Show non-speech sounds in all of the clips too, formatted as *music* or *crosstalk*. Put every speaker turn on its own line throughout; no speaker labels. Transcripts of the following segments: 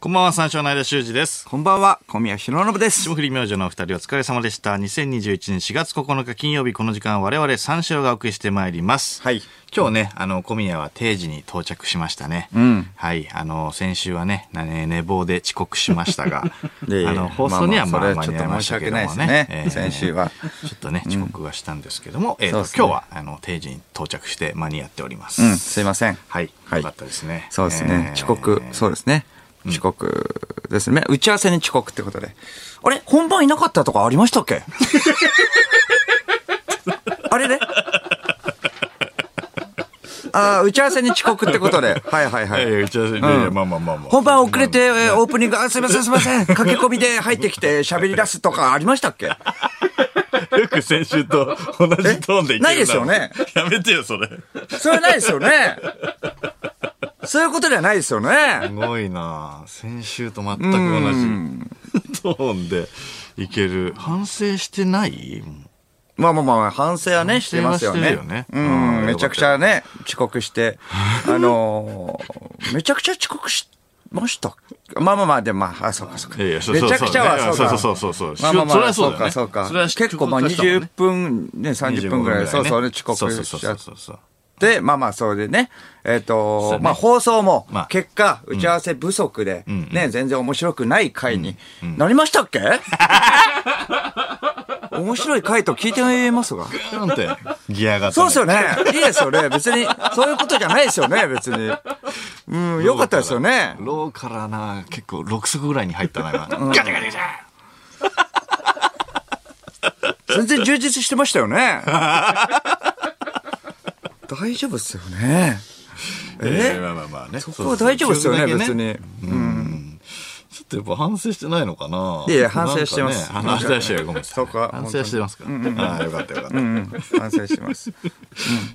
こんばんは、三照の間修二です。
こんばんは、小宮弘信です。
霜降り明星のお二人お疲れ様でした。2021年4月9日金曜日この時間我々三照がお送りしてまいります。
はい。
今日ね、あの、小宮は定時に到着しましたね。
ん
はい。あの、先週はね、なね寝坊で遅刻しました
*laughs*
が、あ
いえいえ
の、放送にはま
まあ
あ
ま
間
あそれ
に
は
合いましたけどもね。
ちょっと申し訳ないですね
えー
先週は
*laughs* ちょっとね、遅刻はしたんですけども、えーと
そうですね
今日は、あの、定時に到着して間に合っております。
うん、すいません。
はい。
はい
よかったですね。
そうですね。
えー
遅刻、そうですね。遅刻ですね。打ち合わせに遅刻ってことで。あれ本番いなかったとかありましたっけ *laughs* あれねああ、打ち合わせに遅刻ってことで。はいはいはい
やいや
い。
打ち合わせ、い
ん
やいやまあまあまあまあ。
本番遅れて、えーオープニング、あ、すいませんすいません。駆け込みで入ってきて喋り出すとかありましたっけ
よく先週と同じトーンでいける
ないですよね。
やめてよ、それ。す
それはないですよね。そういうことではないですよね。
ごいなあ先週と全く同じトーンでいける。反省してない
まあまあまあ、反省はね、してますよ
反省は
ね。
してるよね
う
うん
ん、めちゃくちゃね、遅刻して、 *laughs* あのー、めちゃくちゃ遅刻しました。まあまあまあ、でもまあ、あ、そうかそうか。
いやいや
めち
そうそう
ゃくちゃ
いやい
は
や
そうか。
そうそうそうそう
まあまあま
それ
あ、
はそ
そう
だ
う
よね
かそうか
それは。遅刻
結構まあ
したもんね
20分、ね、30分ぐらい、そうそうね、遅刻しちゃっ
そうそうそうそう
で、まあまあ、それでね、え
そう
っ、と、
だね
まあ放送も
まあ、
結果、打ち合わせ不足で、
ん
ね、全然面白くない回になりました
*laughs*
っけ、面白い回と聞いてますが。
なんて、ギアが。
そうですよね。いいですよね。別に、そういうことじゃないですよね、別に。うん、よかったですよね。
ローからな、結構6足ぐらいに入ったな、今。ガチャガチャガチャ
全然充実してましたよね。大丈夫ですよね。
いや
え
まあまあまあね。そ
そこは大丈夫ですよね、
うそう
別。に。
ちょっとやっぱ反省してないのかない
やいや反省してます
反省してるごめんなさい
そうか
反省してますかああ、よかったよかった。
うん、反省します。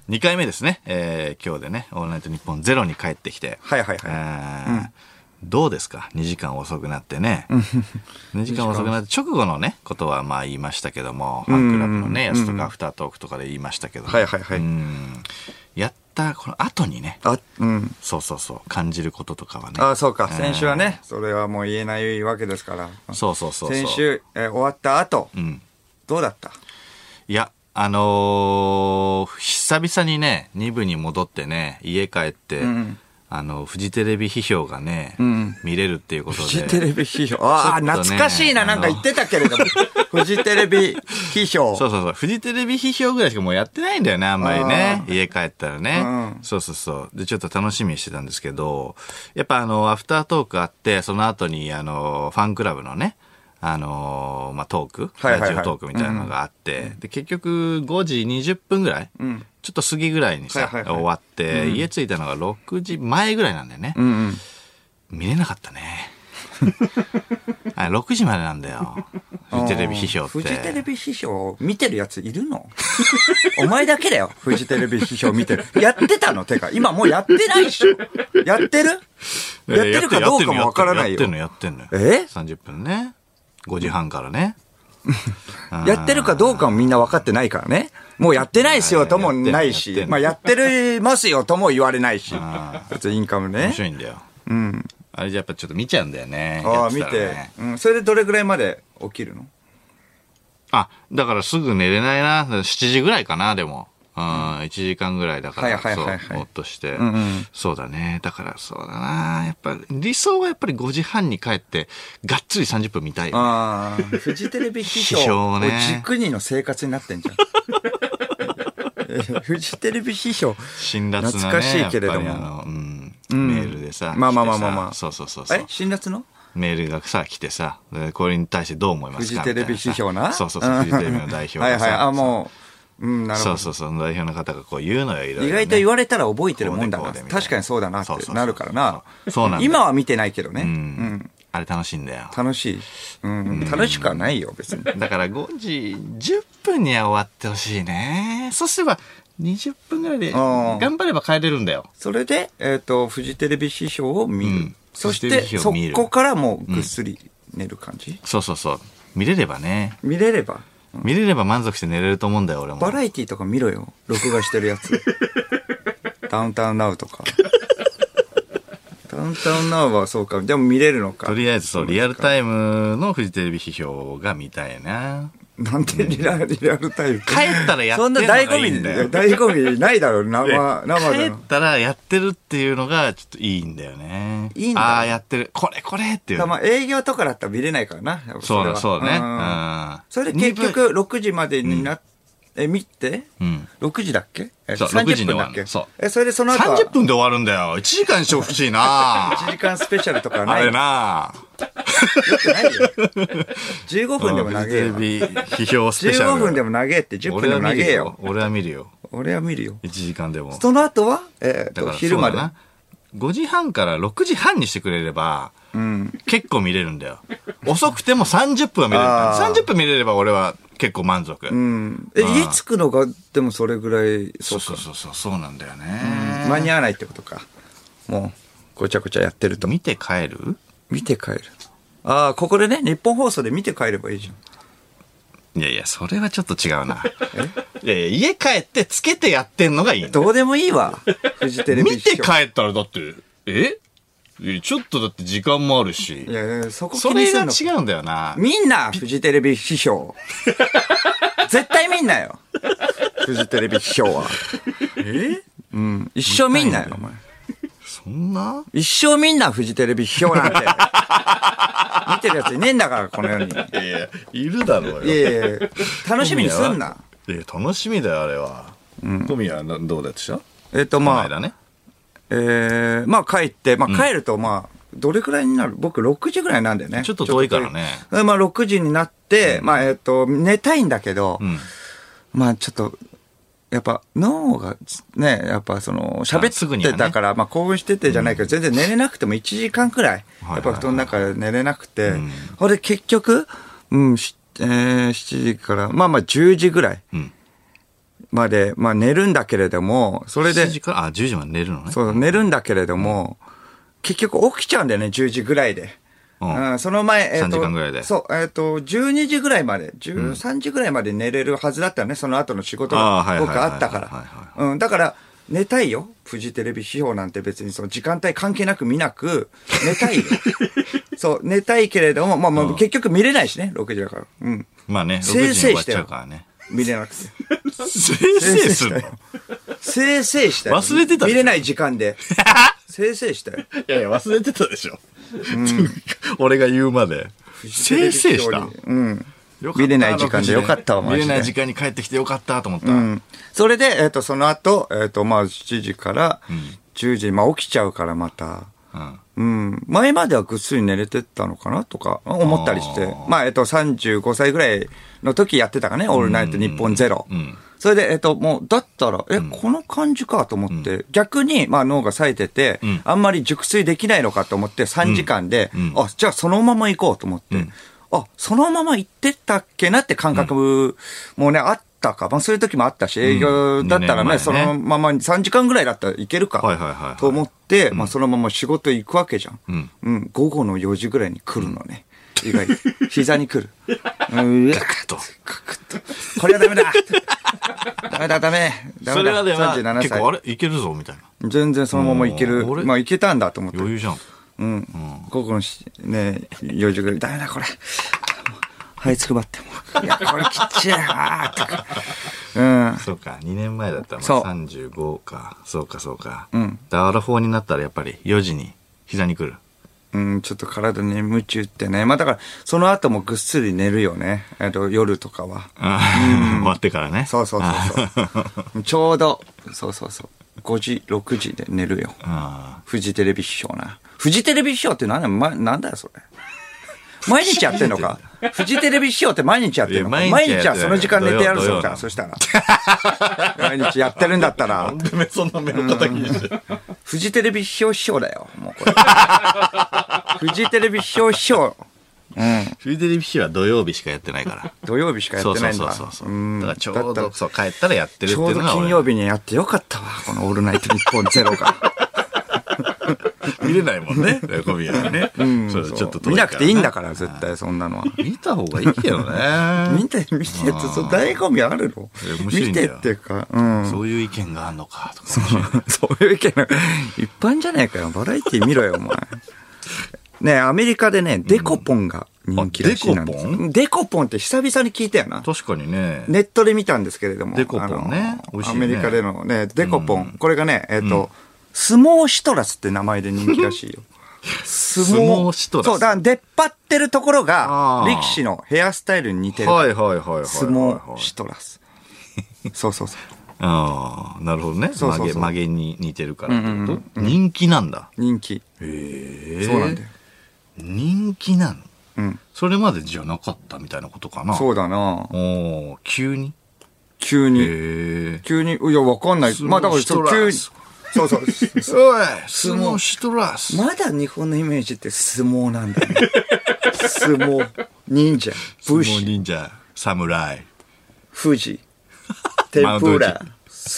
2回目ですね、えー今日でね「オールナイトニッポンゼロに帰ってきて
はいはいはい
あーどうですか2時間遅くなってね2時間遅くなって直後のねことはまあ言いましたけどもファンクラブのねやつとかアフタートークとかで言いましたけども
はいはいは
う
い。
んやったこの後にね
あ、うん。
そうそうそう感じることとかはね
あ、そうか。先週はね、それはもう言えないわけですから。
そうそうそうそう
先週、えー終わった後、
ん
どうだった
いや、あのー久々にね、2部に戻ってね、家帰って、
ん
あの、フジテレビ批評がね、
ん
見れるっていうことで。
フジテレビ批評。ああ、
ちょっとね
懐かしいな、なんか言ってたけれ
*laughs*
ども。フジテレビ批評。
そうそうそう。フジテレビ批評ぐらいしかもうやってないんだよね、あんまりね。家帰ったらね、
うん
そうそうそう。で、ちょっと楽しみにしてたんですけど、やっぱあの、アフタートークあって、その後に、あの、ファンクラブのね、あのまあ、トーク、
はいはいはい
ラジオトークみたいなのがあって、で、結局5時20分ぐらい、ちょっと過ぎぐらいにさ、
はいはいはい
終わって、家着いたのが6時前ぐらいなんだよね。
うんうん。
見れなかったね。 *laughs* あれ6時までなんだよ。フジテレビ批評って。
フジテレビ批評見てるやついるの *laughs* お前だけだよ。フジテレビ批評見てる。やってたのてか、今もうやってないっしょ。やってるやってるかどうかもわからないよ
やって。んのやってんのよ。
え
30分ね。5時半からね。
*laughs* やってるかどうかもみんな分かってないからね。もうやってないっすよともな
やって
い
ん
し
の、
まあやってるますよとも言われないし。別にインカム
面
ね。
白いんだよ。
うん。
あれじゃやっぱちょっと見ちゃうんだよね。
ああ、
や
見
ってたら
て
ね。
うん。それでどれぐらいまで起きるの
あ、だからすぐ寝れないな。7時ぐらいかな、でも。うん、1時間ぐらいだか
は
ら、
いはいはいはい
そう、ぼーっとして、
んうん
そうだね。だからそうだな。やっぱ、理想はやっぱり5時半に帰って、がっつり30分見たい。
ああ、 *laughs* フジテレビ批
批
評
評
を
ね
軸にの生活になっ
*laughs*
てんじゃん。フジテレビ批評。
辛辣なね。
懐かしいけれども
やっぱりあの、うん、
ん
メールでさ。
まあまあ
来てさ
まあまあまあ
そうそうそうそう
え。辛辣の
メールがさ、来てさ、でこれに対してどう思いますか
フジテレビ批評な
みたいさそうそ
*laughs*
うそう、フジテレビの代表
はい
が
はい。
さ。
あ、もう、うん、なる
そ
ほ
うそうそう、その代表の方がこう言うのよ、いろいろ、
ど。
ね。
意外と言われたら覚えてるもんだ
こう
な。
でこうでみたいな
確かにそうだなっ
そうそうそ
て
う
なるからな。
そうなんだよ
今は見てないけどね。う
うん
ん。
あれ楽しいんだよ。
楽しい。うん。楽しくはないよ、別に。
だから5時10分には終わってほしいね。そうすれば20分ぐらいで
あー
頑張れば帰れるんだよ。
それで、えっと、フジテレビ批評を見
う
る
ん。
そし
フジ
て、
テレビ批評を
そ
見る
こからもうぐっすり寝る感じ
そうそうそう。見れればね。
見れれば。
見れれば満足して寝れると思うんだよ、俺も。
バラエティとか見ろよ。
*laughs*
録画してるやつ。ダウンタウンナウとか。ダダウンタウンナウはそうか。でも見れるのか。
とりあえずそう、リアルタイムのフジテレビ批評が見たいな。
なんてリア *laughs* リアルタイム。
帰ったらやって
そ
る
ん
の
な
が
醍
い
醐
い
味
ん
に、
だ
い
よ
や。
*laughs*
醍醐味ないだろ、生、生
帰
で
っ
の。
たらやってるっていうのがちょっといいんだよね。
いいんだ
ああ、やってる。これこれっていう
た
の。
ま営業とかだったら見れないからな。やっぱ
そう
れ
だ、
は
そうだね。うんん。
それで結
二
局、6時までにな、え、見て、
部、うん。
6時だっけえ
そう6
30
時に終
分
わ
だ
る
っ
の
け
そう
え、それでその後は、
30分で終わるんだよ。1時間にしてほしい *laughs* な
1時間スペシャルとか
あ
ない
れ
よ
な
くないよ。15分でも
うん
長
フジ
え
テレ
よ。
ビ批評スペシャル。
*laughs* 15分でも長えって、10分
俺
で
は
も
見
長
る
え
よ
よ。。
俺は見るよ。
俺は見るよ。
1時間でも。
その後は、えっ
だか
と、
ら
昼まで
そう。だな5時半から6時半にしてくれれば、結構見れるんだよ。遅くても30分は見れる
あ
か
ー
ら。30分見れれば俺は結構満足。
うん。え、家着くのが、でもそれぐらい、そ
そうう
か
そう。そうそう、そうなんだよね。
間に合わないってことか。もう、ごちゃごちゃやってると。
見て帰る
見て帰る。ああ、ここでね、日本放送で見て帰ればいいじゃん。
いやいや、それはちょっと違うな。いやいや、家帰ってつけてやってんのがいいんだよ
どうでもいい *laughs* わ。フジテレビ。
見て帰ったらだって、ええちょっとだって時間もあるし
い。やいや、そこ
そ
気に
れ
す
が
んの。
違うんだよな。
みんな、フジテレビ批 *laughs* 評。絶対みんなよ。フジテレビ批評は。
え
うん。一生みんなよ、お前。
そんな
一生みんな、フジテレビ批評なんて。見てるやついねえんだから、この世に。
いやいや、いるだろうよ。
いやいやいや楽しみにすんな。
いや楽しみだよあれは、小宮はなどうだったでしたこ
えっと、
の
ま
間
あ、
ね
えー、まあ帰って、まあ帰ると、まあ、どれくらいになる僕6時ぐらいなんだよね。
ちょっと遠いからね
ちょっと遠い。まあ6時になって、まあえっと、寝たいんだけど、
うん
まあちょっと、やっぱ脳がね、やっぱその、
あすぐ
喋っ
には
て
ね
たから、まあ興奮しててじゃないけど、全然寝れなくても1時間くらい、
はいはいはい
やっぱ布団の中で寝れなくて
ん、
ほ、れで結局、うん、しえー7時から、まあまあ10時ぐらい
うん
まで、まあ寝るんだけれども、それで、
7時からあ10時まで寝るのね
そう、寝るんだけれども、結局起きちゃうんだよね、10時ぐらいで。
うん
うんその前、えっ
3
と
時間ぐらいで
そう、えっ、と、12時ぐらいまで、13時ぐらいまで寝れるはずだったよね、その後の仕事
あ
が
ーはいはい
僕
はいはい
あった
はい
か
は
ら。うん、だから、寝たいよ。フジテレビ批評なんて別にその時間帯関係なく見なく、寝たい
*laughs*
よ。そう、寝たいけれども、まあまあ、
うん
結局見れないしね、6時だから。うん。
まあね6時
せい
に
せ
終
い
わっ
して
ち
よ
ゃうからね
見れなくて。
せいせいするのい
せいせいしたよ。
忘れてたでしょ
見れない時間
*laughs*
で。せいせいしたよ。
やいや忘れてたでしょ、俺が言うまでせいせいした
うん。
よかった
見れない時間でよかったわ
見
マジで
れない時間に帰ってきてよかったと思った、
うん。それで、えっ、と、その後、えっ、と、まあ、7時から10時、まあ、起きちゃうからまた。
うん
うん。前まではぐっすり寝れてたのかなとか、思ったりして。
あー
まあ、えっ、と、35歳ぐらいの時やってたかね、オールナイト日本ゼロ。
うん
それで、えっ、と、もう、だったら、え、この感じかと思って、逆に、まあ、脳が冴えてて、
ん
あんまり熟睡できないのかと思って、3時間で、
うん
あ、じゃあそのまま行こうと思って、
うん
あ、そのまま行ってたっけなって感覚もね、あったか。まあ、そういう時もあったし、営業だったら
二年前
ね、
ね
そのまま3時間ぐらいだったらいけるか、
はいはいはいはい
と思って、まあ、そのまま仕事行くわけじゃん。
うん
うん、午後の4時ぐらいに来るのね。
*laughs*
意外に。膝に来る。うん、うわ
と
カクッと。これはダメだダメだ、ダメ。ダメだ。
それがでは
37
結構あ
歳。
れいけるぞみたいな
全然そのままいける。
うん俺
まあ、いけたんだと思って。
余裕じゃん
うん。午後のしね、4時ぐらい。ダメだ、これ。もうはいつくばっても。いや、これきっちりだなとか。うん。
そうか、2年前だったらま
そう
あ35か。そうか、そうか。
うん
だから、4になったらやっぱり4時に膝に来る。
うん、ちょっと体に夢中ってね。まあ、だから、その後もぐっすり寝るよね。えっと、夜とかは。
*laughs* 終わってからね。
そうそうそう
*laughs*
そう。ちょうど、そうそうそう。5時、6時で寝るよ。
あ
フジテレビ批評な。フジテレビ批評って何だよ、ま、なんだよ、そ
*laughs*
れ。毎日やってんのかフジテレビ批評って毎日やってんのか
い
毎
や毎日やっ
日
て
は
る
その時間寝てやる
土曜土
ぞ、じ
曜
ゃあ
の
そしたら。毎日やってるんだった
あ。
ら、
で目、そんな目の敵にして。
フジテレビ批評批評だよ、もうこれ。フジテレビ批評批評。うん。
*laughs* フジテレビ日は土曜日しかやってないから。
土曜日しかや
そ
っ
う
て
そ
な
う
いん
そう
だ。
そうそう。
ん
だからちょう
だ
ど、
った
そう、帰ったらやってるっ
ち
て
ょ
いううの
ど
が俺
金曜日にやってよかったわ、このオールナイト日本ゼロが。
見れないもん *laughs* ね、小宮はね。
うん
そうちょっと
そう見なくていいんだから、絶対そんなのは。
見た方がいいけどね
見。て、見てって、そう、醍醐味あるの
いや面白い
見
んだ
てっ
よ
ていうか、うん。
そういう意見があんのか、とか。
そういう意見が一般じゃないかよ。バラエティ見ろよ、お前。ねアメリカでね、デコポンが人気らしいなんです
あデコポ
デコポンって久々に聞いたよな。
確かにね。
ネットで見たんですけれども。
デコポンね
あの
美味しい
ア
よね
メリカでのね、デコポン。これがね、えっ、と、相撲シトラスって名前で人気らしいよ。相
相撲シトラス
そう、だから出っ張ってるところが
あ、ー
力士のヘアスタイルに似てる。
はいはいはいはいはいはい。
相撲シトラス。そうそうそう。
ああ、なるほどね。
そうそうそう
曲げ、曲げに似てるからってこと、人気なんだ。
人気。
へえ。
そうなんだよ。
人気なの
うん。
それまでじゃなかったみたいなことかな。。
そううだな
おー急に
急に。
へえ。
急に、いや、わかんない。
相撲
まあ、だから、そ
シ
う
ト
急
ラ
に。
ス
そうそう。 *laughs*
おい相撲シトラス
まだ日本のイメージって相撲なんだね。相撲、忍者、
相撲
武士、
忍者、侍。
富 *laughs* 士、
マウ
天
ント富
ぷ
士
ら、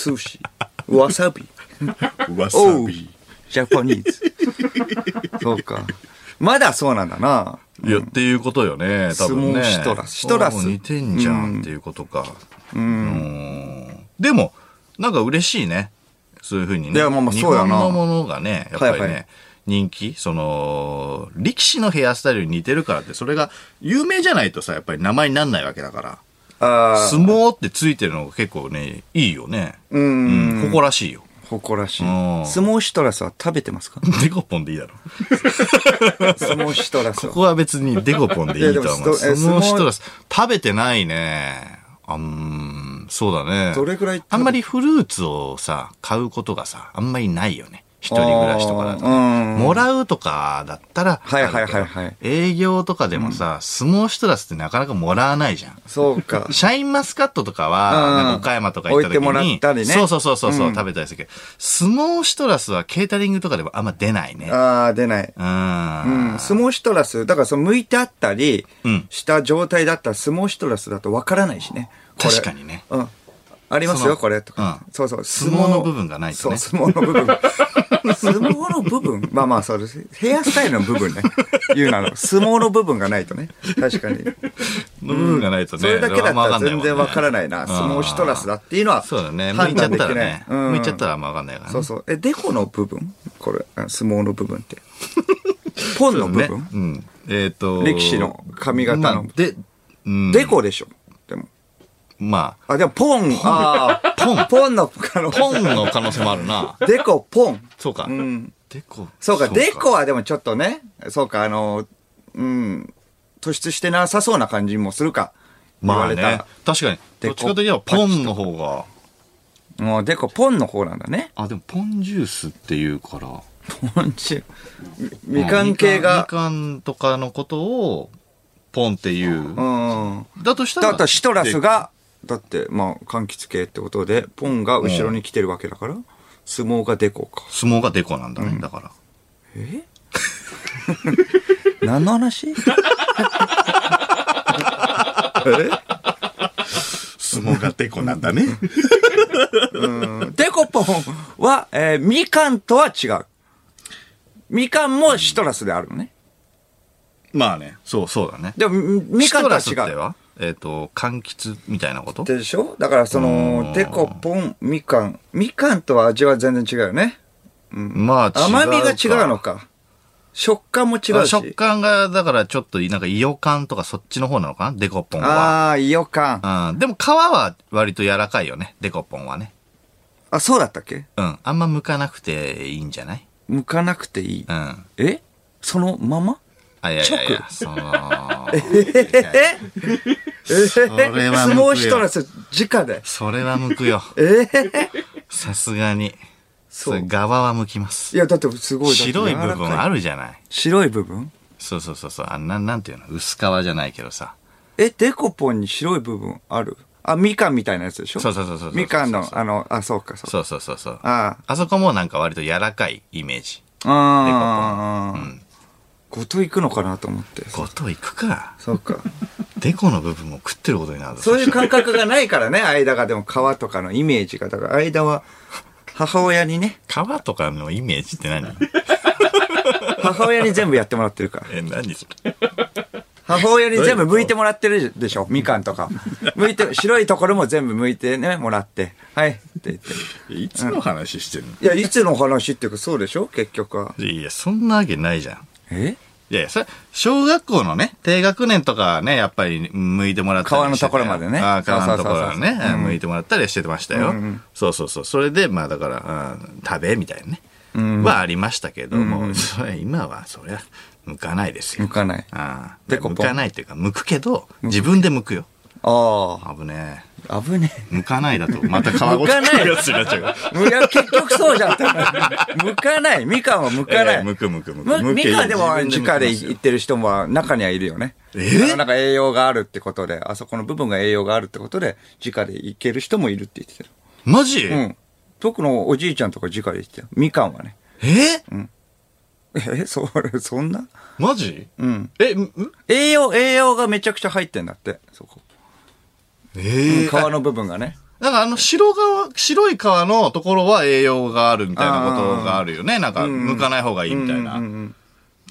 寿司、わさ *laughs* び、
わ
おう、ジャパニーズ。 *laughs* そうか。まだそうなんだな。
いや、っていうことよね、多分ね。
相撲シトラスシトラス
おー似てんじゃんっていうことか。うん。でも、なんか嬉しいね。そういうふうにね。
いやまあまあ
日
そうや
本
な
のものがね、やっぱりね、
はいはい
人気、その、力士のヘアスタイルに似てるからって、それが有名じゃないとさ、やっぱり名前になんないわけだから。
ああ、
相撲ってついてるのが結構ね、いいよね。
う。
うんん。誇らしいよ。 *laughs*
誇らしい。
ん
相撲シトラスは食べてます
*laughs*
か
デコポンでいいだろ。
相撲シトラス
こ
は。
こは別にデコポンでいいとは思う。
いやでもストえ
相撲シ
相撲
トラス。食べてないね。あん、そうだね。
どれくらい食べ
あんまりフルーツをさ、買うことがさ、あんまりないよね。一人暮らしとかだと、
あ
ね
ー。うん
もらうとかだったらあ
はい
るけ
は
ど、
いは
*laughs*
いはい
営業とかでもさ、相撲シトラスってなかなかもらわないじゃん。
そう
*laughs*
か。
シャインマスカットとかは、
うん
なんか岡山とか行った時に。
置いてもらったりね
そうそうそうそう、
うん
食べたりするけど、相撲シトラスはケータリングとかでもあんま出ないね。うん。
ああ、出ない。うん、相撲シトラス、だからその向いてあったり
うん
した状態だったら相撲シトラスだとわからないしね。これ
確かにね。
うん。あります
そ
よ、
の
これとか
う。ん
そうそう、
相撲の部分がないとね
そう、相撲の部分。 *laughs* 相撲の部分まあまあ、そうです。ヘアスタイルの部分ね。言うなら、相撲の部分がないとね。確かに。
の部分がないとね、
それだけだったら全然わからない
あ
な。
ん
相
ま
撲
わ
シ
か
ト
んないもんね
ラスだっていうのは。
そうだね。向
判
いちゃ
断
っ
でき
たら
ない
ね。向いちゃった
ら。
らあんまわかんないからね。
そうそう。え、デコの部分これ、あ相撲の部分
*laughs*
って。ポンの部
ね。
分
うん。えっと。
力士の髪型の
まあで、うん
デコでしょ。でも。
ま
あ、でも、ポン。ああ、
ポン
ポンの可能
あ、ポンの可能性もあるな。 *laughs*
デコ、ポン。
そうか
う。ん。
デコ。
そうか、デコはでもちょっとね、そうか、あの、うん、突出してなさそうな感じもするか。言
ま
わ
あ
れた
ね
ら。。
確かに。
デ
ど
コ
っちかといえばポンの方が。
もう、デコ、ポンの方なんだね。
あ、でもポンジュースっていうから。
ポンチ。みみかん系
み
が。
かんみかんとかのことを、ポンっていう
う。ん。
だとしたら。
だとシトラスが、だって、まあ、柑橘系ってことで、ポンが後ろに来てるわけだから、相撲がデコか。
相撲がデコなんだね。だから。
え *laughs* 何の話 *laughs* え
相撲がデコなんだね。
デコポンは、えーみかんとは違う。みかんもシトラスであるのね。
*laughs* まあね。そう、そうだね。
でも、みみ
ミ
か
カ
んとは
ラス
違
って
う。
はえっ、と、柑橘みたいなこと
でしょだから、そうの
ん、
デコポン、みかん。みかんとは味は全然違うよね。
まあ違うか。
甘みが違うのか。食感も違
あ
うし。
食感が、だからちょっと、なんか、イオカンとかそっちの方なのかなデコポンは。
ああ、いよかん。
うん。でも皮は割と柔らかいよね。デコポンはね。
あ、そうだったっけ
うん。あんま剥かなくていいんじゃない
剥かなくていい。
うん。あ、
えそのまま
いやいやいや、その、
えへへへえ相
れは向くよ
撲シトラス直で。
それは剥くよ。
えー
さすがに。
そ
そうう。側は剥きま
い
す。
や、だってすごい。だって
白い部
柔ら
分
か
あるじゃない。
白い部分
そうそうそうそう。あんな、なんていうの薄皮じゃないけどさ。
え、デコポンに白い部分あるあ、みかんみたいなやつでしょ
そうそうそうそうそう
みかんの
そう、そう
あの、あ、そうか、そうか。
そうそうそうそう。
あ
あそこもなんか割と柔らかいイメージ。
あ。ああ
デコポンうん。
ごと行くのかなと思って。
こと行くか。
そうか。
デコの部分を食ってることになるぞ
そういう感覚がないからね、間が。でも皮とかのイメージが。だから間は、母親にね、
皮とかのイメージって何 *laughs*
母親に全部やってもらってるから。
え、何それ。
母親に全部剥いてもらってるでしょみかんとか。剥いて、白いところも全部剥いてね、もらって。はい。って言って。
いつの話してんの、
いや、いつの話っていうかそうでしょ結局は。
いや、そんなわけないじゃん。
え
いやいや、それ、小学校のね、低学年とかはね、やっぱり向いてもらったり
川のところまでね
あー川のところは
そうそうそうそう
ね、
うん
向いてもらったりしてましたよ。そうそうそう。それで、まあだから、うん食べみたいなね、はありましたけども、それ今は、そりゃ、向かないですよ。
向かない。
ああ
ペコポン
向かないっていうか、向くけど、自分で向くよ。
あ
危ねえ。
あ。危ね
向かないだと、また川越
向かな
*laughs*
い
のやつになっちゃうから。
え。いや、結局そうじゃんって。向かない。みかんは向かない。
ええ向く向く向く。
む
向
み
け
かんでも
自分向き
直で
ますよ
行ってる人も中にはいるよね。
え
あのなんか栄養があるってことで、あそこの部分が栄養があるってことで、直で行ける人もいるって言ってたよ。
マジ、
うん。僕のおじいちゃんとか直で行ってたよ。みかんはね。
え
え、それ、そんな
マジ
うん。
え、んん
栄養、栄養がめちゃくちゃ入ってんだって、そこ。
ええ
皮の部分がね。
なんかあの白川、白い川のところは栄養があるみたいなことがあるよね。なんか、向かない方がいいみたいな。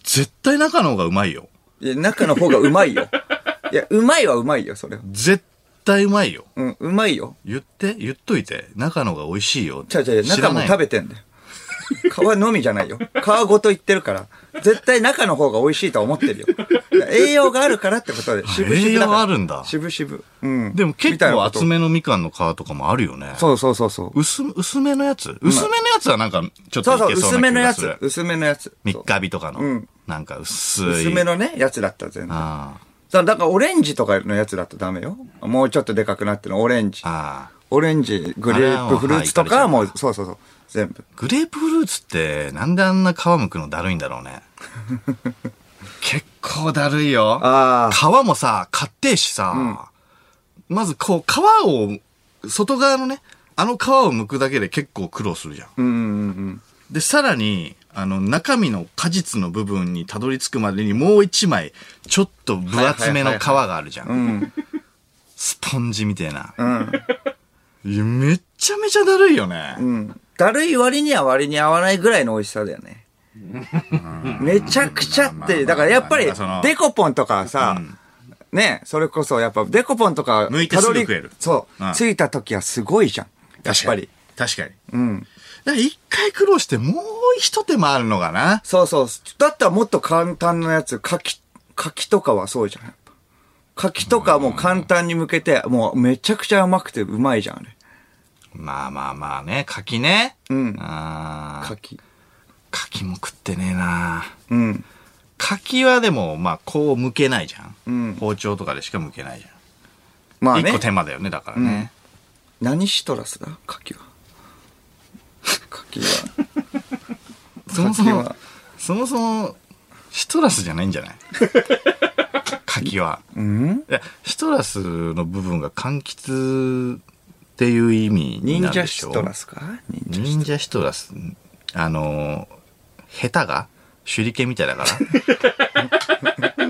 絶対中の方がうまいよ。
いや、中の方がうまいよ。いや、うまいはうまいよ、それは。
絶対うまいよ。
うん、うまいよ。
言って、言っといて。中の方が美味しいよ。
ちゃうちゃう、
知
中
ら
も
ない
食べてんだよ。皮のみじゃないよ。皮ごと言ってるから。絶対中の方が美味しいとは思ってるよ。栄養があるからってことで。渋々だか
栄
ら
養あるんだ
渋々。うん。
でも結
みたいな
構
こと
厚めのみかんの皮とかもあるよね。
そうそうそうそう。
薄、薄めのやつ薄めのやつはなんか、ちょっと
そう
い
そ
け
う、
そう
薄め
な気
の
が
や
する。
つ。薄めのやつ。
三日日とかの。
うん
なんか薄い。
薄めのね、やつだった、全然。
ああ。
そうだからオレンジとかのやつだとダメよ。もうちょっとでかくなってるの、オレンジ。
ああ。
オレンジ、グレープフルーツとかはも
あれ
う、そうそうそう、全部。
グレープフルーツって、なんであんな皮むくのだるいんだろう
*laughs*
ね。結構だるいよ。
ああ。
皮もさ、買ってえしさ、まずこう、皮を、外側のね、あの皮を剥くだけで結構苦労するじゃん。
うんうんうん。
で、さらに、あの、中身の果実の部分にたどり着くまでにもう一枚、ちょっと分厚めの皮があるじゃ。
うんん。
スポンジみたいな。
うん。
いや、めっちゃめちゃだるいよね。
うん。だるい割には割に合わないぐらいの美味しさだよね。めちゃくちゃ
ま
っ
あまあま
て、
あ
だからやっぱり
なんかその、
デコポンとかさ、ね、それこそやっぱデコポンとか、
剥いてすぐ
たどり
食える
そう
うん。
着いた時はすごいじゃん。やっぱり。
確かに。
うん。
だから一回苦労して、もう一手間あるのかな。
そうそう。だったらもっと簡単なやつ、柿、柿とかはそうじゃん。やっぱ柿とかもう簡単に向けて、もうめちゃくちゃ甘くてうまいじゃん、あれ。
まあまあまあね、柿ね。
うん
あー
柿。
柿も食ってねえな
うん。
柿はでも、まあ、こう剥けないじゃん。
うん
包丁とかでしか剥けないじゃん。
まあ
一
ね
個。手間だよね、だからね。
何シトラスだ柿は。柿は。
そもそも
柿は、
そもそも、シトラスじゃないんじゃない柿は。
うん
いや、シトラスの部分が柑橘っていう意味に
忍
なる
者
でし
シ
ょ
トラスか忍者
忍者シトラス、あのー、下手が手裏剣みたいだから。
*laughs*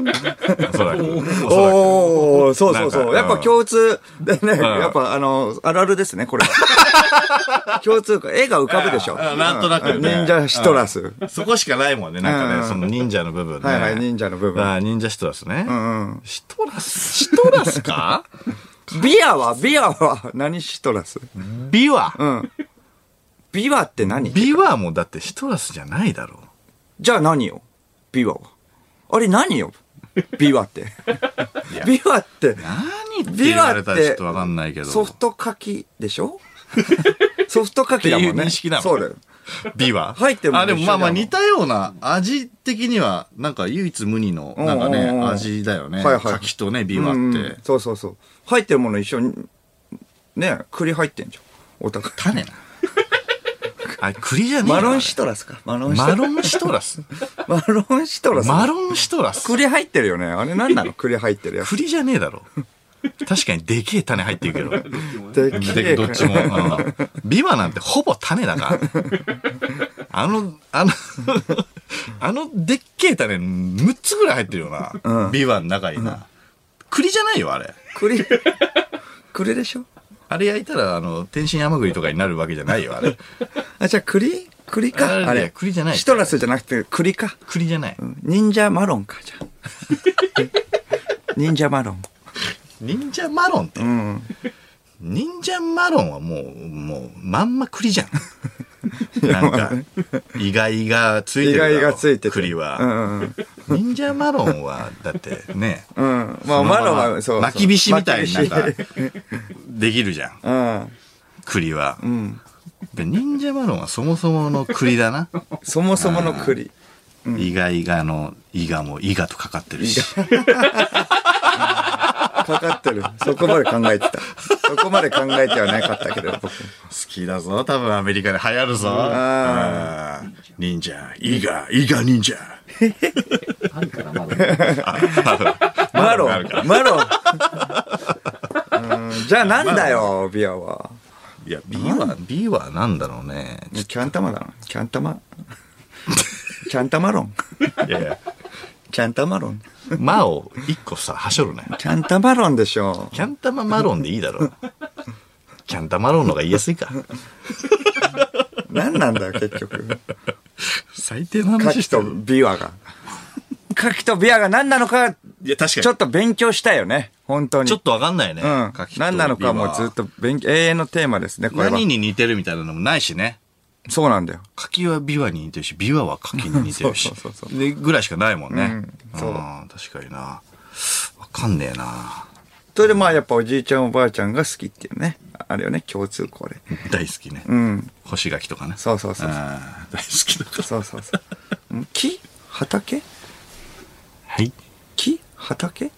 おそらく。おそらく
おー、そうそう
なん
そう。
か
やっぱ共通でね、
ん
やっぱあの、あるあるですね、これ *laughs* は。共通か、絵が浮かぶでしょ。
あなんとなく
うん
ね
忍者シトラス。
そこしかないもんね、なんか
う
ね、
ん
その忍者の部分ね。
はいはい忍者の部分
あー忍者シトラスね。
んうん
シトラス、シトラスか
ビアは、ビアは、何シトラス
ビワ。
うん。ビワって何
ビワもだってシトラスじゃないだろう。
じゃあ何よビワは。あれ何よビワって
*laughs* いや。
ビワって、
何って
ビ
言わ
ワ
れ
った
らちょ
て
っとわかんないけど。
ソフト書きでしょ *laughs* ソフト書きだもんね。
っていう認識なの
そうだよ。
ビワ。
入ってるもん
あ、でも
一緒
まあまあ
だもん
似たような、味的には、なんか唯一無二の、なんか
うんうんう
ね、
ん
味だよね。
はいはい
柿とね、ビワって。
うんうんそうそうそう。入ってるもの一緒に、ね、栗入ってんじゃん。お互い。
種な。あれ、栗じゃねえよ
*laughs* マロンシトラスか。マロンシト
マ
ラス。
ロンシトラス。
*laughs* マロンシトラス。
マロンシトラス。
栗入ってるよね。あれ
*laughs*
何なの栗入ってるやつ。
栗じゃねえだろ。確かにでけえ種入ってるけど。
で
でどっちも。うんビワなんてほぼ種だから。あの、あの、あのでっけえ種6つぐらい入ってるよ
う
な。
ん
ビワの中にな。栗じゃないよ、あれ。
栗、栗でしょ
あれ焼いたら、あの、天津甘栗とかになるわけじゃないよ、あれ。
あ、じゃあ栗栗かあ
あれ
れ。
栗じゃない
シトラスじゃなくて栗か。
栗じゃない。
忍者マロンか、じゃ
*laughs*
あ。忍者マロン。
忍者マロンって
う。ん。
忍者マロンはもう、もう、まんま栗じゃん。なん
*laughs*
か、意外がついて
意
るだろ。
外がついてて。
栗
う
は。
んうん
忍者マロンは、だってね、
うん。うん。まあ、マロンは、そうそう。
巻きびしみたいになんか
巻きびし
できるじゃん。
うん。
栗は。
うん。
で忍者マロンはそもそもの栗だな。
そもそもの栗。
意外がの、伊賀も伊賀とかかってるし。
かかってる。そこまで考えてた。そこまで考えてはなかったけど、僕。
好きだぞ。多分アメリカで流行るぞ。
あ
うん忍者、伊賀、伊賀忍者。
あるからまだ。
マ
マロン
ロ
があ
ン
るから。
マロン。うんじゃあなんだよ、ビアは。
いや、B は、B はなんだろうね。
キャン玉だな。キャン玉。キャン玉ロン。
いやいや、
キャン玉ロン。
マを一個さ、はしょるね。
キャン玉ロンでしょ。
キャンタママロンでいいだろう。キャンタマロンの方が言いやすいか。
何なんだよ、結局。
最低の
カキと
る。
ビアが。カキとビアが何なのか、
いや、確かに。
ちょっと勉強したよね。本当に。
ちょっとわかんないね。
うん
柿。と
何なのかもうずっと勉強、永遠のテーマですね、これは
何。に似てるみたいなのもないしね。
そうなんだよ。
柿はビワに似てるし、ビワは柿に似てるし
*laughs* そうそうそう。そ
で、ぐらいしかないもんね
う。んそう
ああ確かにな。わかんねえな。
それでまあやっぱおじいちゃんおばあちゃんが好きっていうね。あれよね、共通項で。
大好きね。
うん。
干し柿とかね。
そうそうそうそう。
ああ大好きだから。
そうそうそう。ん *laughs* 木畑
はい。
木畑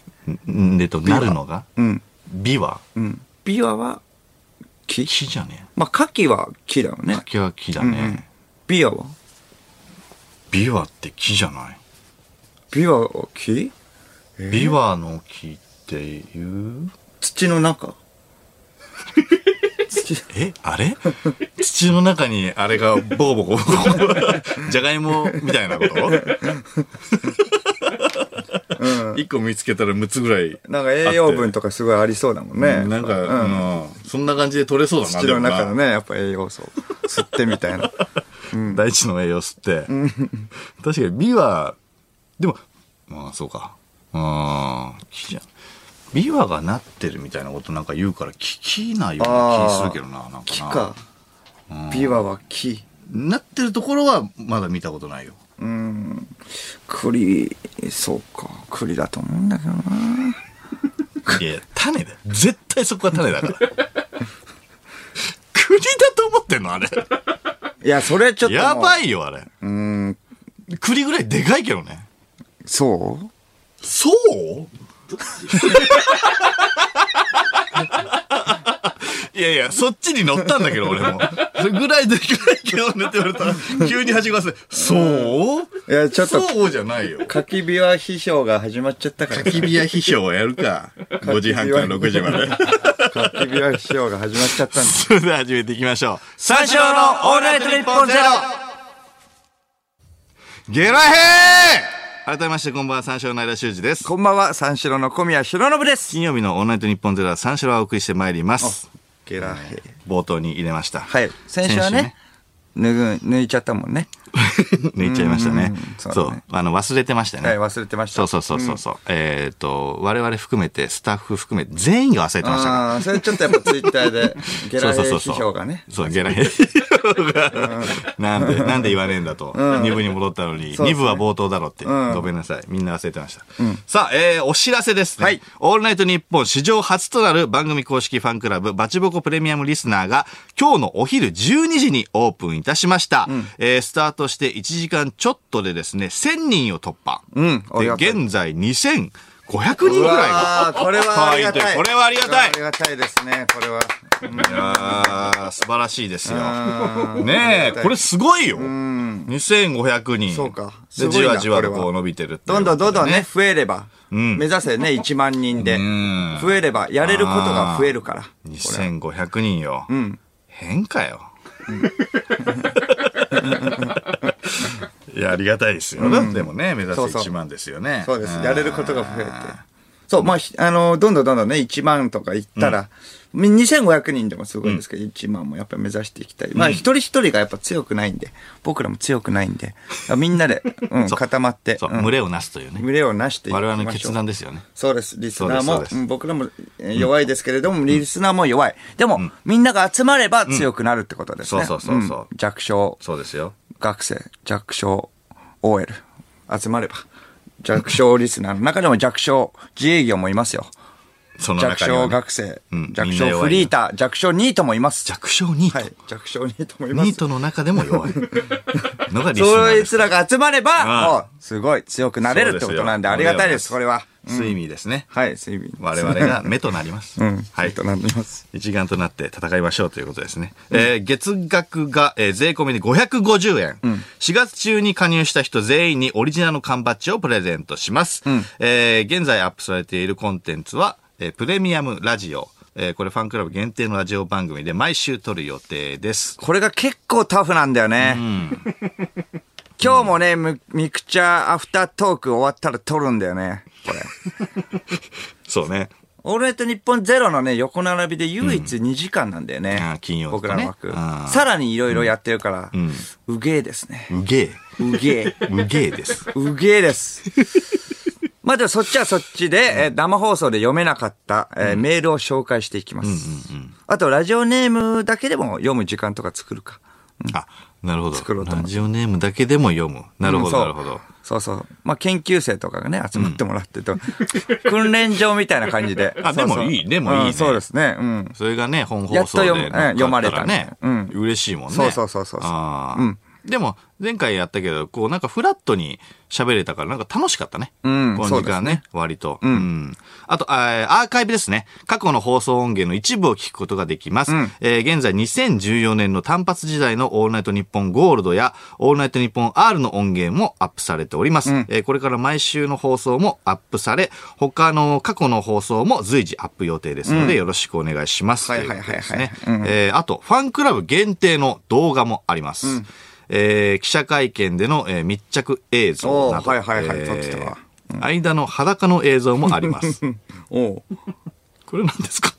んんでと、なるのが
うん。
ビワ。
うん。ビワは木
木じゃね
まあ、牡蠣は木だよ
え。
ね。
柿は木だ
うんうん
ね。
ビワは
ビワって木じゃない
ビワは木
ビワの木っていう
土の中。 *laughs* 土
えあれ *laughs* 土の中にあれがボコボコボ
*laughs*
コボコじゃがいもみたいなこと
うん。
一個見つけたら6つぐらい。
なんか栄養分とかすごいありそうだもんね。
なんか、
う
うんそんな感じで取れそうだな。
土の中
で
の
も
ね、やっぱ栄養素を吸ってみたいな。
な大地の栄養吸って。確かにビワ、でも、まあそうか。うん、木じゃん。ビワがなってるみたいなことなんか言うから、木木なような気するけどな、なんかな。
木か。ビワは木。
なってるところはまだ見たことないよ。
うん。栗、そうか。栗だと思うんだけどな。
いや、種だよ。絶対そこは種だから。 *laughs* 栗だと思ってんのあれ。
いや、それちょっと。
やば
い。
いよ、あれ。
うん。
栗ぐらいでかいけどね。
そう
そう *laughs* いやいや、そっちに乗ったんだけど、俺も。それぐらいでかいけどねって言われたら、急に始まらせ、そう
いやちょっと
そうじゃないよ。
柿ビワ批評が始まっちゃったから。
焚き火や批評をやるか。5時半から6時まで。
柿ビワ批評が始まっちゃった
*laughs*
んだ。
それでは始めていきましょう。
三四郎のオールナイトニッポンゼロ
ゲラヘー改めましてこんばんは、三四郎の間修二です。
こんばんは、三四郎の小宮浩信です。
金曜日のオールナイトニッポンゼロは三四郎をお送りしてまいります。
ゲラヘイ。
冒頭に入れました。
*laughs* はい。先週はね、脱ぐ、抜いちゃったもん
先
ね。
週ね抜いちゃいました
う
ね
んうんうん。そ
そうう,、
だね
あの、忘れてましたね。
はい、忘れてました。
そうそうそうそうそう。えっ、と、我々含めて、スタッフ含めて、全員が忘れてましたから。
ああー、それちょっとやっぱツイッタ
*laughs*
ーで、ゲラヘイ批評がね。
そう、ゲラヘイが。なんで、なんで言わねえんだと。二部に戻ったのに、
そうで
二
すね
部は冒頭だろって。
ん
ごめんなさい。みんな忘れてました。さあ、えーお知らせですね。
はい
オールナイトニッポン史上初となる番組公式ファンクラブ、バチボコプレミアムリスナーが、今日のお昼12時にオープンいたしました。えースタートして1時間ちょっとでですね、1000人を突破。
うんあり
で、
がたい
現在2500人ぐらいが。 *laughs*
うわーこれはありが
可
た
愛
い。
いとこれはありがたい
これはありがたいですね、これは。
いやー素晴らしいですよ。
うん
ねえ、これすごいよ。
ん
2500人。
そうかす
で、
ごい
じ
な
わじわと
これ
こ
は
う伸びてるっていう
どんどんどんどん
ことで
ね、。増えれば、
ん
目指せね、1万人で
ん。
増えれば、やれることが増えるから。これは
2500人よ。
うん。
変かよ。 *laughs* いや、ありがたいですよ。でもね、目指せ
そうそう
1万ですよね。
そうです。
ん
やれることが増えて。そう、まあ、ひあの、どんどんどんどんね、1万とかいったら、み2500人でもすごいですけど、1万もやっぱ目指していきたい。まあ、一人一人がやっぱ強くないんで、僕らも強くないんで、みんなで、う
*laughs*
ん、
そう
固まって、
そう、
うん
群れをなすというね。
群れをなしていきましょう
我々の決断ですよね。
そうです。リスナー
そう
も
ですそうです
うん、僕らもえー弱いですけれども、リスナーも弱い。でも、みんなが集まれば強くなるってことですね。
そうそうそうそうん
弱小
そうですよ。
学生、弱小 OL、集まれば。弱小リスナーの中でも弱小自営業もいますよ。
その
弱
中には
小
ね、
学生
うん、
弱
みんな
小
弱
フ
いね
リーター、弱小ニートもいます。
弱小ニート。
はい、弱小ニートもいま
ニ
す
ー。トの中でも弱
*laughs*
い。のがリスナー
そ
で
い
す。
つらが集まれ
あ
ば、
あ
もう、すごい強くなれるってことなんで、ありがたいです、これは。
睡眠ですね。
はい、睡眠。
我々が目となります。
うん、
は
はいい。。となります。
一丸となって戦いましょうということですね。えー月額が、えー税込みで550円、4月中に加入した人全員にオリジナルの缶バッジをプレゼントします。えー現在アップされているコンテンツは、えープレミアムラジオ。えーこれファンクラブ限定のラジオ番組で毎週撮る予定です。
これが結構タフなんだよね。今日もね、むミクチャーアフタートーク終わったら撮るんだよね、これ。
そうね。
オールナイト日本ゼロのね、横並びで唯一2時間なんだよね。
あー金曜日
僕
とね
らの枠
あー。
さらにいろいろやってるから、うげえですね。
うげえ。
うげえ。
うげえです。
うげえです。 *laughs* まあでもそっちはそっちで、えー生放送で読めなかった、えーメールを紹介していきます。あと、ラジオネームだけでも読む時間とか作るか。
あ、なるほ
作ろ
ど。
うと
ラ
思って
ジオネームだけでも読む。なるほど、な
う
る
んそ
ほ
う
ど。。
そうそう。まあ、研究生とかがね、集まってもらってと、 *laughs* 訓練場みたいな感じで
あでもいいでもいいね
うんそうですね。うん。 *laughs*
それがね、本
や
放
っ
送
と
で
読む
なんかあったらね、
うん読まれたねうん
嬉しいもんね。
そうそうそうそうそう
あ
う
ー
ん
でも、前回やったけど、こう、なんかフラットに喋れたから、なんか楽しかったね。
うん
この
そう
時
です
間ね、割と。うんあと、あーアーカイブですね。過去の放送音源の一部を聞くことができます。えー現在、2014年の単発時代のオールナイトニッポンゴールドや、オールナイトニッポン R の音源もアップされております。えーこれから毎週の放送もアップされ、他の過去の放送も随時アップ予定ですので、よろしくお願いします。
はいはい
と
はいはい
うことですねえーあと、ファンクラブ限定の動画もあります。えー記者会見での、えー密着映像など、
おーはいはいはい
えー
撮ってたわ
間の裸の映像もあります。
おう
*laughs* これなんですか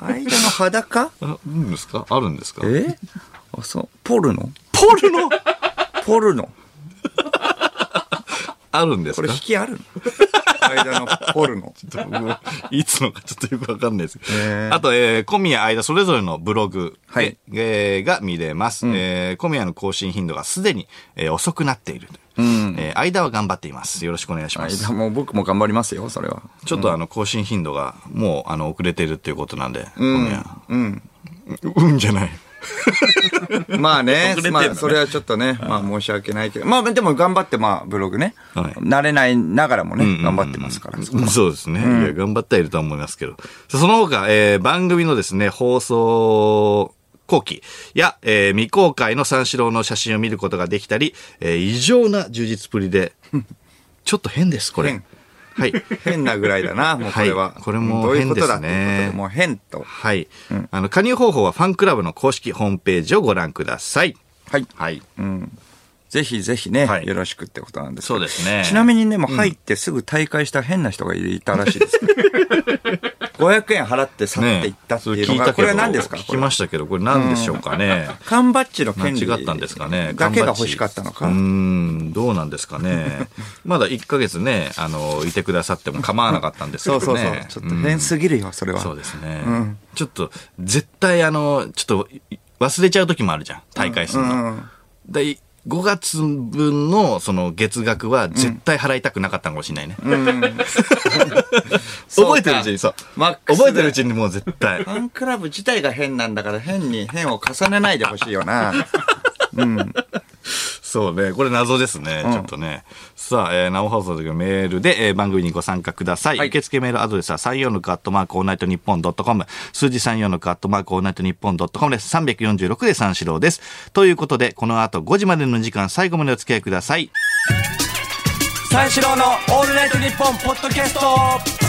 間の裸
あるんですかあるんですか
えあ、そう。ポルノ
ポルノ
ポルノ
あるんです
これ
か
引きあるの間のポルノ。
ちょっともういつのかちょっとよくわかんないですけど
へー
あと、えー、小宮間それぞれのブログで、
はい
えーが見れます、えー小宮の更新頻度がすでに、えー遅くなっている、えー間は頑張っています。よろしくお願いします
間。も僕も頑張りますよ、それは。
ちょっとあの、更新頻度がもう、あの、遅れてるっていうことなんで、うん。
うん。
うんじゃない。
まあね
遅れてんだ、ね
まあそれはちょっとね、まあ申し訳ないけど、まあでも頑張って、まあブログね、
はい
慣れないながらもね、頑張ってますから。
そうですね。いや、頑張ってはいるとは思いますけど。そその他、えー番組のですね、放送後期や、えー未公開の三四郎の写真を見ることができたり、えー異常な充実っぷりで、ちょっと変です、これ
変。
はい。
変なぐらい
*laughs*
だな、もうこれは。
はいこれも
どういうこと
変
だって
で
い
すね
うことで、もう変と。
はい。あの、加入方法はファンクラブの公式ホームページをご覧ください。
はい。
はい。
ぜひぜひね、
はい
よろしくってことなんですけ
そう
ど
ですね。
ちなみにね、もう入ってすぐ退会した変な人がいたらしい
*laughs*
です。500円払って去っていったっていうの
ねえそれ聞い
が、
たけど
これは何ですか
聞きましたけど、これ何でしょうかね。
缶バッジの
間
権利
違ったんですかね。
だけが欲しかったのか
うー。ん、どうなんですか
*laughs*
ね。まだ1ヶ月ね、あの、いてくださっても構わなかったんですけ
そ
ど
う
ね。
そうそう。ちょっと
うん
変すぎるよ、それは。
そうですね。ちょっと、絶対あの、ちょっと、い忘れちゃう時もあるじゃん。大会する
う
の。
ん
で5月分のその月額は絶対払いたくなかったのかもしれないね。 *laughs* 覚えてるうちにそう。
マックスで
覚えてるうちにもう絶対
フ。ァンクラブ自体が変なんだから変に変を重ねないでほしいよな。
そうね。これ謎ですね。ちょっとね。さあ、えー生放送の時のメールで、えー番組にご参加ください。
はい
受付メールアドレスは34のカットマークオールナイトニッポンドットコム。数字34のカットマークオールナイトニッポンドットコムです。346で三四郎です。ということで、この後5時までの時間、最後までお付き合いください。
三四郎のオールナイトニッポンポッドキャスト